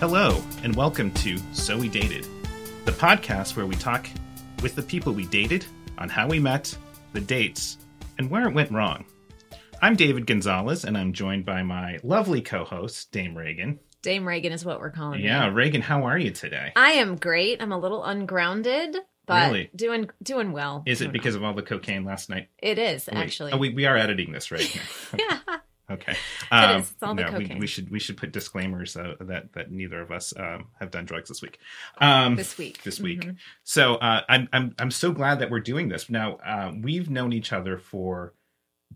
Hello, and welcome to So We Dated, the podcast where we talk with the people we dated on how we met, the dates, and where it went wrong. I'm David Gonzalez, and I'm joined by my lovely co host, Dame Reagan. Dame Reagan is what we're calling you. Yeah, Reagan, how are you today? I am great. I'm a little ungrounded, but Really? doing doing well. Is it Doing because of all the cocaine last night? well. it is Wait, actually? oh, we, we are editing this right now. yeah. Okay. Um, It is. It's all the we, cocaine. we should we should put disclaimers uh, that that neither of us um, have done drugs this week. Um, This week. This week. Mhm. So uh, I'm I'm I'm so glad that we're doing this. Now uh, we've known each other for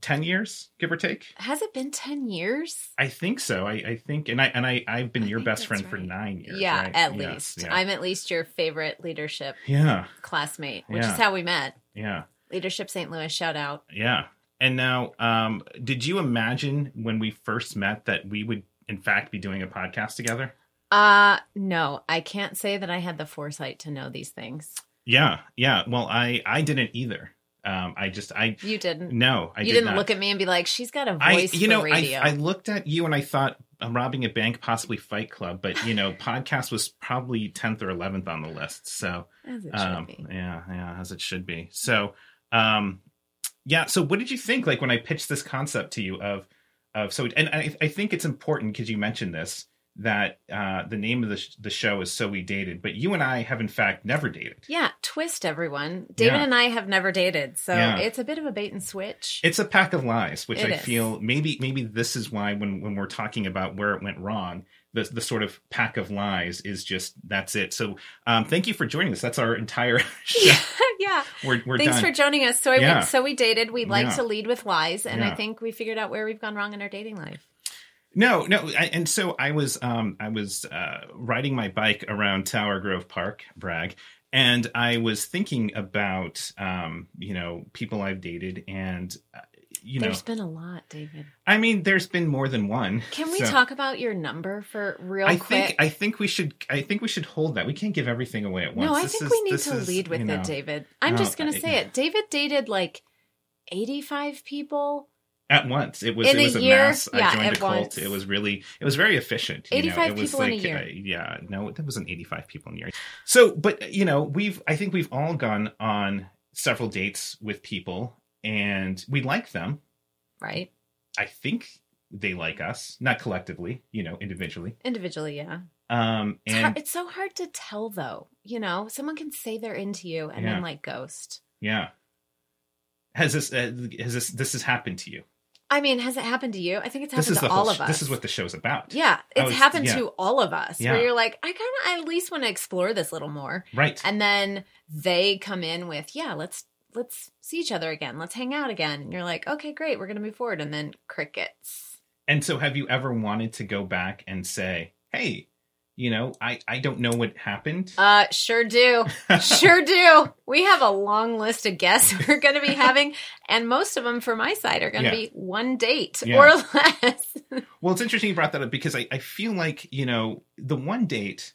ten years, give or take. Has it been ten years? I think so. I, I think, and I and I I've been I your think best that's friend for right. nine years. yeah, right? at Yes, least. Yeah. I'm at least your favorite leadership yeah, classmate, which Yeah. is how we met. yeah, Leadership St. Louis shout out. yeah. And now, um, did you imagine when we first met that we would, in fact, be doing a podcast together? Uh no, I can't say that I had the foresight to know these things. Yeah, yeah. Well, I I didn't either. Um, I just I You didn't. no, I you did didn't not. look at me and be like, "She's got a I voice you know for I, radio." I looked at you and I thought I'm robbing a bank, possibly Fight Club, but you know, podcast was probably tenth or eleventh on the list. So As it should um, be. yeah, yeah, as it should be. So um, yeah. So what did you think? Like when I pitched this concept to you of of so and I, I think it's important because you mentioned this that uh, the name of the sh- the show is so we dated, but you and I have in fact never dated. Yeah, twist everyone. David Yeah. and I have never dated, so Yeah. it's a bit of a bait and switch. It's a pack of lies, which It I is. feel maybe maybe this is why when when we're talking about where it went wrong, the the sort of pack of lies is just that's it. So um, thank you for joining us. That's our entire show. yeah, yeah. We're we're Thanks for done. joining us. So I Yeah. so we dated. We like Yeah. to lead with lies, and Yeah. I think we figured out where we've gone wrong in our dating life. no, no, I, and so I was um I was uh, riding my bike around Tower Grove Park, brag, and I was thinking about um you know people I've dated and uh, you know There's been a lot, David. I mean there's been more than one. Can we so- talk about your number for real I quick? think I think we should I think we should hold that. We can't give everything away at once. no, I This think is- we need this to is, lead with you know, it, David. I'm No, just gonna I- say it. David dated like 85 people. At once, it was In it a was a, year? mass. I Yeah, joined a at cult. once. It was really it was very efficient. You 85 know? it was people in a like, year. Uh, yeah, no, that wasn't eighty five people in a year. So, but you know, we've I think we've all gone on several dates with people, and we like them. Right, I think they like us, not collectively, you know, individually. individually, yeah. Um, It's, hard, and it's so hard to tell, though. You know, someone can say they're into you and Yeah. then like ghost. yeah, has this uh, has this this has happened to you? I mean, has it happened to you? I think it's happened this is to the all whole of sh- us. This is what the show's about. Yeah, I it's was- happened yeah. to all of us. Yeah. Where you're like, I kind of at least want to explore this a little more, Right. and then they come in with, yeah, let's let's see each other again, let's hang out again, and you're like, okay, great, we're gonna move forward, and then crickets. And so have you ever wanted to go back and say, "Hey, you know, I I don't know what happened." Uh, sure do, sure do. We have a long list of guests we're gonna be having, and most of them, for my side, are gonna Yeah. be one date Yeah. or less. well, it's interesting you brought that up because I I feel like, you know, the one date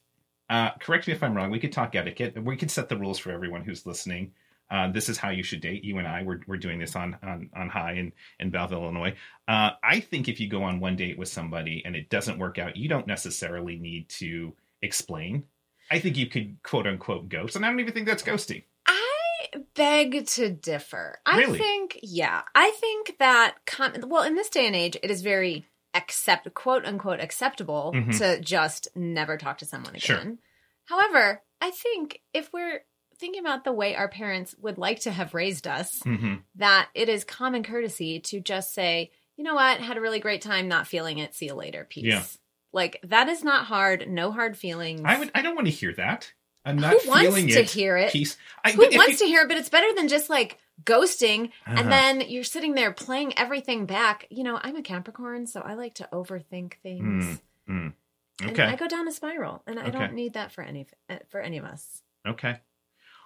uh correct me if I'm wrong. We could talk etiquette. We could set the rules for everyone who's listening. Uh, this is how you should date. You and I, we're, we're doing this on, on, on high in, in Belleville, Illinois. Uh, I think if you go on one date with somebody and it doesn't work out, you don't necessarily need to explain. I think you could quote unquote ghost. And I don't even think that's ghosting. I beg to differ. I Really? think, yeah, I think that com- well, in this day and age, it is very accept quote unquote acceptable Mhm. to just never talk to someone again. Sure. However, I think if we're thinking about the way our parents would like to have raised us, Mm-hmm. that it is common courtesy to just say, you know what, had a really great time, not feeling it. See you later, peace. Yeah. Like that is not hard. No hard feelings. I would. I don't want to hear that. I'm Who not wants feeling to it. hear it? Peace. I, Who wants to hear it? But it's better than just like ghosting Uh-huh. and then you're sitting there playing everything back. You know, I'm a Capricorn, so I like to overthink things. Mm, mm. And Okay. I go down a spiral, and I Okay. don't need that for any uh, for any of us. Okay.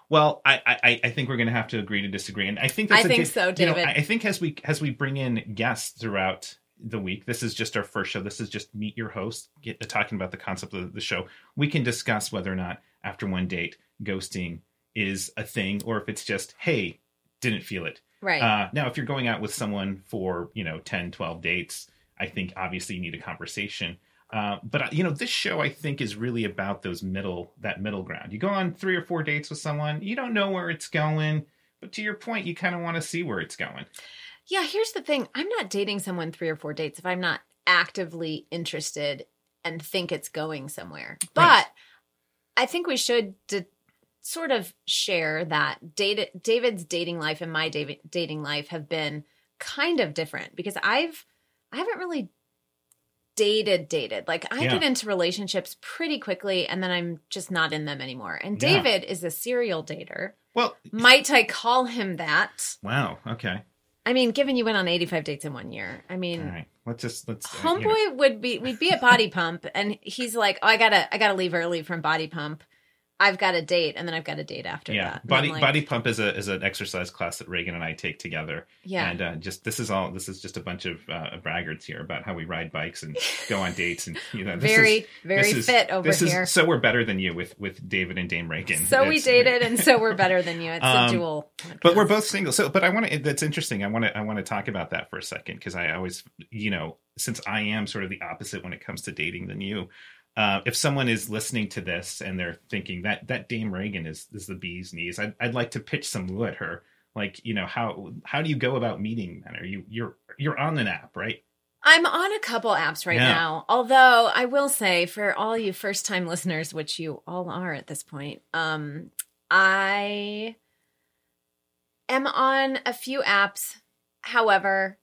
Well, I, I, I think we're going to have to agree to disagree, and I think I that's a think good- so, you know, David. I, I think as we as we bring in guests throughout the week, this is just our first show. This is just meet your host, get uh, talking about the concept of the show. We can discuss whether or not after one date ghosting is a thing, or if it's just hey, didn't feel it. Right. Uh, now, if you're going out with someone for, you know, 10, 12 dates, I think obviously you need a conversation. Uh, but uh, you know, this show I think is really about those middle that middle ground. You go on three or four dates with someone, you don't know where it's going, but to your point, you kind of want to see where it's going. Yeah, here's the thing. I'm not dating someone three or four dates if I'm not actively interested and think it's going somewhere. But Right. I think we should d- sort of share that Data- David's dating life and my David- dating life have been kind of different because I've I haven't really dated dated. Like I Yeah. get into relationships pretty quickly and then I'm just not in them anymore. And Yeah. David is a serial dater. Well, Might I call him that? wow, okay, I mean, given you went on 85 dates in one year, I mean, all right. Let's just let's uh, you know. homeboy would be we'd be at body pump, and he's like, "Oh, I gotta I gotta leave early from body pump. I've got a date, and then I've got a date after yeah, that." And I'm body like, body pump is a is an exercise class that Reagan and I take together. Yeah, and uh, just this is all this is just a bunch of uh, braggarts here about how we ride bikes and go on dates and you know uh, this is- very this very is- fit over this is- here. so we're better than you with with David and Dame Reagan. so we It's- dated, and so we're better than you. It's Um, a dual. but we're podcast. both single so but i want to that's interesting i want to i want to talk about that for a second because i always you know since i am sort of the opposite when it comes to dating than you uh, if someone is listening to this and they're thinking that that dame reagan is is the bee's knees i'd, I'd like to pitch some woo at her like you know how how do you go about meeting men are you you're you're on an app right I'm on a couple apps right Yeah. now. Although I will say, for all you first time listeners, which you all are at this point, um, I am on a few apps. However,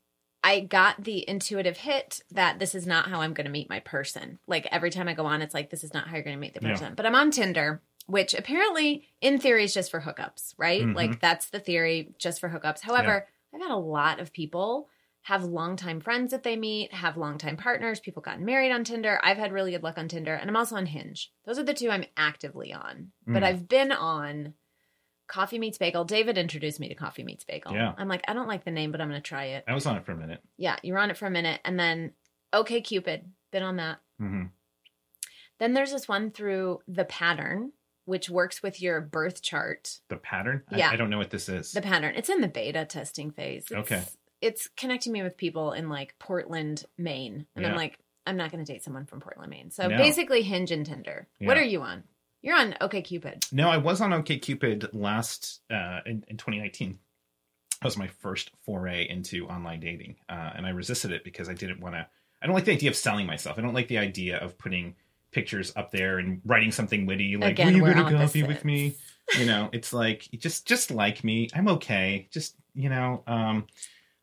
I got the intuitive hit that this is not how I'm going to meet my person. Like every time I go on, it's like, this is not how you're going to meet the Yeah. person. But I'm on Tinder, which apparently, in theory, is just for hookups, right? Mhm. Like that's the theory, just for hookups. However, I've had a lot of people have longtime friends that they meet, have longtime partners, people gotten married on Tinder. I've had really good luck on Tinder, and I'm also on Hinge. Those are the two I'm actively on. But Mm. I've been on Coffee Meets Bagel. David introduced me to Coffee Meets Bagel. Yeah. I'm like, I don't like the name, but I'm going to try it. i was on it for a minute Yeah, you're on it for a minute. And then OK Cupid, been on that. hmm Then there's this one through the pattern, which works with your birth chart. the pattern Yeah. I, I don't know what this is The pattern. It's in the beta testing phase. It's, Okay. It's connecting me with people in like Portland, Maine. And I'm Yeah. like, I'm not going to date someone from Portland, Maine. So No. basically, Hinge and Tinder. What Yeah. are you on? You're on OK Cupid. No, I was on OKCupid last uh, in, in 2019. That was my first foray into online dating, uh, and I resisted it because I didn't want to. I don't like the idea of selling myself. I don't like the idea of putting pictures up there and writing something witty like Again, "Will you we're go to coffee opposites. with me?" You know, it's like just just like me. I'm okay. Just you know, um,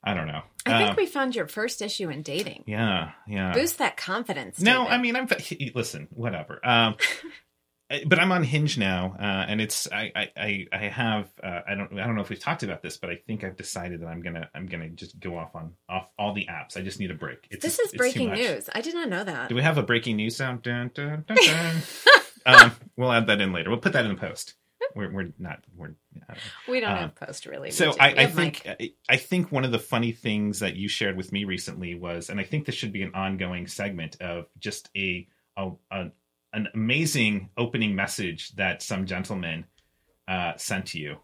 I don't know. I think Um, we found your first issue in dating. yeah, yeah. Boost that confidence. No, David. I mean I'm. Listen, whatever. Um, but I'm on Hinge now, uh, and it's I I I, I have uh, I don't I don't know if we've talked about this, but I think I've decided that I'm gonna I'm gonna just go off on off all the apps. I just need a break. It's this just- it's is too breaking much. news. I did not know that. Do we have a breaking news sound? Dun, dun, dun, dun. um, we'll add that in later. We'll put that in post. We're we're not we're. I don't know. We don't Um, have post really. We So do. I, We I have think Mike. I I think one of the funny things that you shared with me recently was, and I think this should be an ongoing segment of just a, a, a- an amazing opening message that some gentleman uh, sent to you.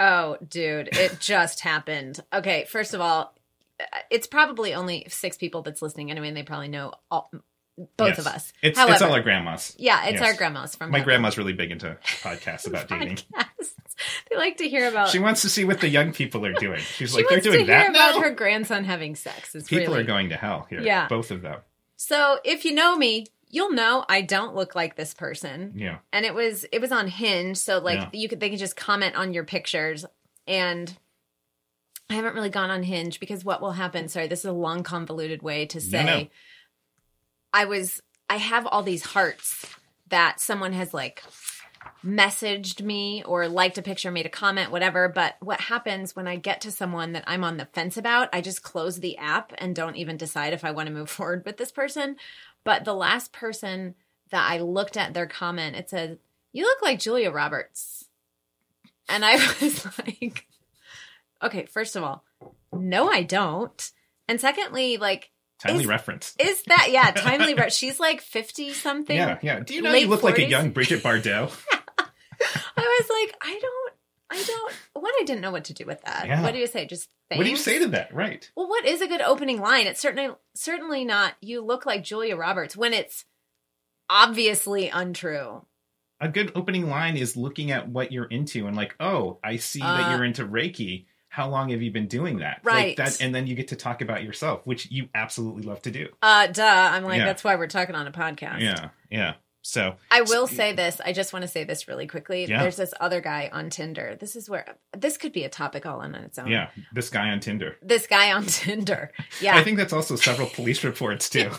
Oh, dude, it just happened. Okay, first of all, uh, it's probably only six people that's listening anyway, and they probably know all, both Yes. of us. It's it's However- all our grandmas. Yeah, Yes. it's our grandmas from My the- grandma's really big into podcasts about dating. podcasts. They like to hear about. She wants to see what the young people are doing. She's she like, they're wants doing to hear that about now. her grandson having sex. It's People really are going to hell here. Yeah. both of them. so. If you know me, you'll know I don't look like this person. Yeah, and it was it was on Hinge, so like Yeah. you could they could just comment on your pictures and I haven't really gone on Hinge because what will happen? Sorry, this is a long convoluted way to say no. I was I have all these hearts that someone has like messaged me or liked a picture, made a comment, whatever, but what happens when I get to someone that I'm on the fence about, I just close the app and don't even decide if I want to move forward with this person. But the last person that I looked at their comment, it said, You look like Julia Roberts. And I was like, Okay, first of all, no, I don't. And secondly, like, timely Is- reference. is that, yeah, timely, but she's like 50 something. yeah, yeah. Do you know late you look like a 40s? young Bridget Bardot? I was like, I don't, I don't. One, I didn't know what to do with that. Yeah. What do you say? Just thanks? What do you say to that? Right. Well, what is a good opening line? It's certainly certainly not. You look like Julia Roberts when it's obviously untrue. A good opening line is looking at what you're into and like, oh, I see that Uh, you're into Reiki. How long have you been doing that? Right. Like that, and then you get to talk about yourself, which you absolutely love to do. Uh, duh. I'm like, Yeah. that's why we're talking on a podcast. Yeah. Yeah. So I will say this. I just want to say this really quickly. Yeah. There's this other guy on Tinder. This is where this could be a topic all on its own. yeah, this guy on Tinder. This guy on Tinder. Yeah. I think that's also several police reports too.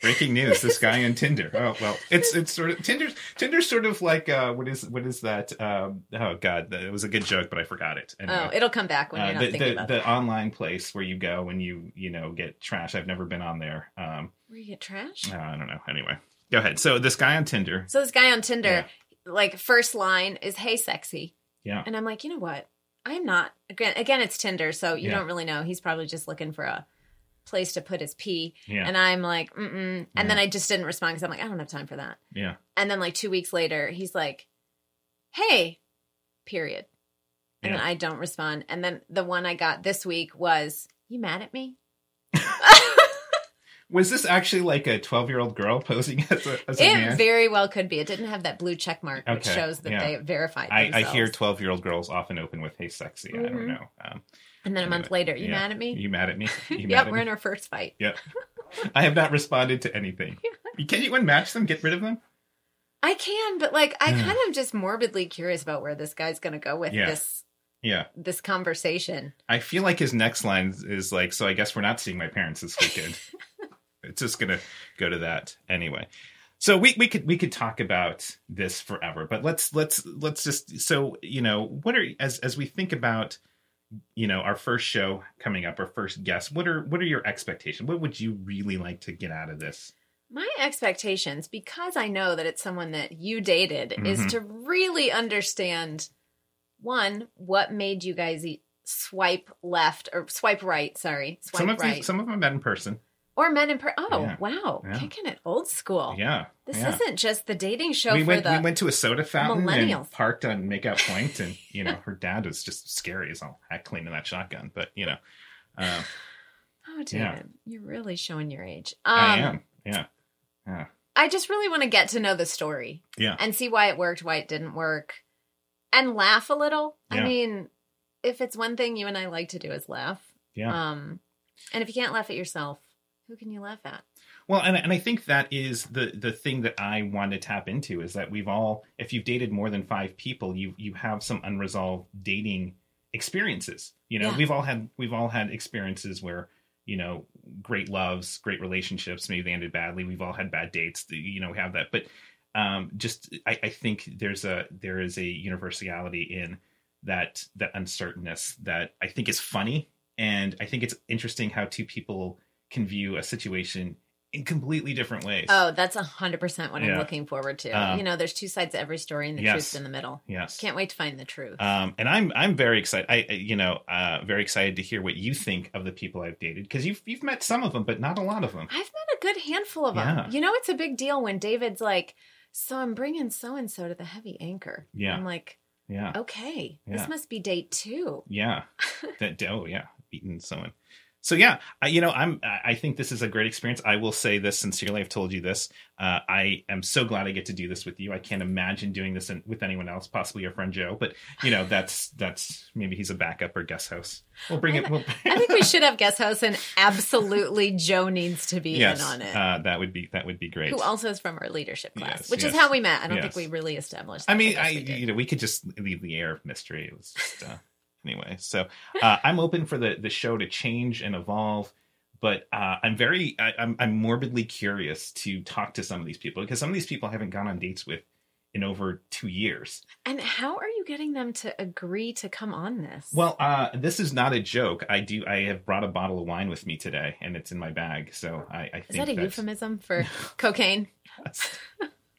Breaking news: This guy on Tinder. Oh well, it's it's sort of Tinder's Tinder's sort of like uh, what is what is that? Um, oh god, that- it was a good joke, but I forgot it. oh, Anyway, it'll come back when uh, you're not the thinking the, about the online place where you go when you you know get trash. I've never been on there. Um, it. Where you get trash? uh, I don't know. Anyway, go ahead. So this guy on Tinder. So this guy on Tinder, like first line is "Hey, sexy," Yeah. and I'm like, you know what? I'm not again. Again, it's Tinder, so you Yeah. don't really know. He's probably just looking for a place to put his pee, Yeah. and I'm like, mm mm. And then I just didn't respond because I'm like, I don't have time for that. Yeah. And then like two weeks later, he's like, "Hey," period. And Yeah. then I don't respond. And then the one I got this week was, "You mad at me?" Was this actually like a twelve-year-old girl posing as a, as a man? it very well could be. It didn't have that blue check mark, which Okay, shows that yeah. they verified. I, I hear themselves. 12 year old girls often open with, hey, sexy. I Mhm. don't know. Um, And then a month later, you Yeah. mad at me? you mad at me? You mad yep, at we're me? in our first fight. I have not responded to anything. Can you unmatch them? Get rid of them? I can, but like I Yeah. kind of just morbidly curious about where this guy's going to go with Mm. Yeah. this Yeah. this conversation. I feel like his next line is like, so I guess we're not seeing my parents this weekend. it's just going to go to that anyway. So we, we could we could talk about this forever, but let's let's let's just so you know what are as as we think about you know our first show coming up, our first guest. What are what are your expectations? What would you really like to get out of this? My expectations because I know that it's someone that you dated is Mhm. to really understand one what made you guys e- swipe left or swipe right, sorry, swipe some of right. these, some of them met in person. or men in per Oh, Yeah. wow. Yeah. Kicking it old school. Yeah, This yeah. isn't just the dating show we for went the we went to a soda fountain millennials. and parked on Makeout Point, and you know her dad was just scary as all heck cleaning that shotgun. But you know, um, Oh, David, Yeah. you're really showing your age. Um, I am. Yeah, I just really want to get to know the story. Yeah. And see why it worked, why it didn't work, and laugh a little. I Yeah. mean, if it's one thing you and I like to do is laugh. yeah. Um, and if you can't laugh at yourself, who can you laugh at? Well, and and I think that is the the thing that I want to tap into is that we've all, if you've dated more than five people, you you have some unresolved dating experiences. You know, Yeah. we've all had we've all had experiences where you know great loves, great relationships, maybe they ended badly. We've all had bad dates. You know, we have that, but um, just I, I think there's a there is a universality in that that uncertainness that I think is funny, and I think it's interesting how two people can view a situation in completely different ways. Oh, that's a hundred percent what I'm Yeah. looking forward to. Um, you know, there's two sides to every story, and the yes. truth's in the middle. yes. Can't wait to find the truth. Um, and I'm I'm very excited. I I- you know uh, very excited to hear what you think of the people I've dated because you've you've met some of them, but not a lot of them. I've met a good handful of them. Yeah. You know, it's a big deal when David's like, "So I'm bringing so and so to the heavy anchor." Yeah. I'm like, Yeah, okay, Yeah. this must be date two. yeah. that oh yeah, beaten someone. So yeah, I, you know I'm I I think this is a great experience. I will say this sincerely. I've told you this. Uh, I am so glad I get to do this with you. I can't imagine doing this in, with anyone else, possibly your friend Joe. But you know that's that's maybe he's a backup or guest host. We'll bring it. We'll, I think we should have guest hosts, and absolutely Joe needs to be yes, in on it. Uh, that would be that would be great. who also is from our leadership class, Yes, which is yes, how we met. I don't yes. think we really established. I that, mean, but I yes, we did. you know we could just leave the air of mystery. It was just uh, anyway. So uh, I'm open for the the show to change and evolve, but uh, I'm very I, I'm I'm morbidly curious to talk to some of these people because some of these people I haven't gone on dates with in over two years. and how are you getting them to agree to come on this? Well, uh, this is not a joke. I do I have brought a bottle of wine with me today, and it's in my bag. So I, I think is that a that's- euphemism for cocaine?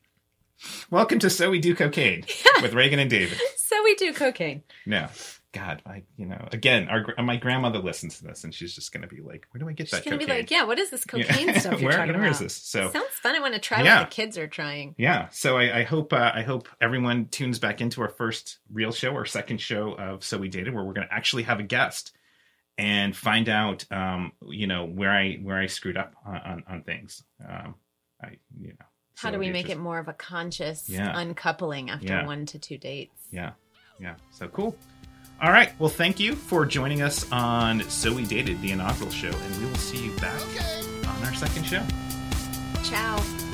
Welcome to So We Do Cocaine with Reagan and David. So we do cocaine. No, God, my, you know, again, our gr- my grandmother listens to this, and she's just going to be like, "Where do I get She's that?" gonna be cocaine?" like, yeah, what is this Yeah. cocaine stuff you're where, talking where about? is this? So Sounds fun. I want to try Yeah. what the kids are trying. yeah, so I, I hope uh, I hope everyone tunes back into our first real show, our second show of So We Dated, where we're going to actually have a guest and find out, um, you know, where I where I screwed up on on, on things. Um, I you know, How so do we it'd be make it more of a conscious Yeah. uncoupling after Yeah. one to two dates? Yeah. Yeah. So cool. All right. Well, thank you for joining us on So We Dated, the inaugural show, and we will see you back on our second show. Ciao.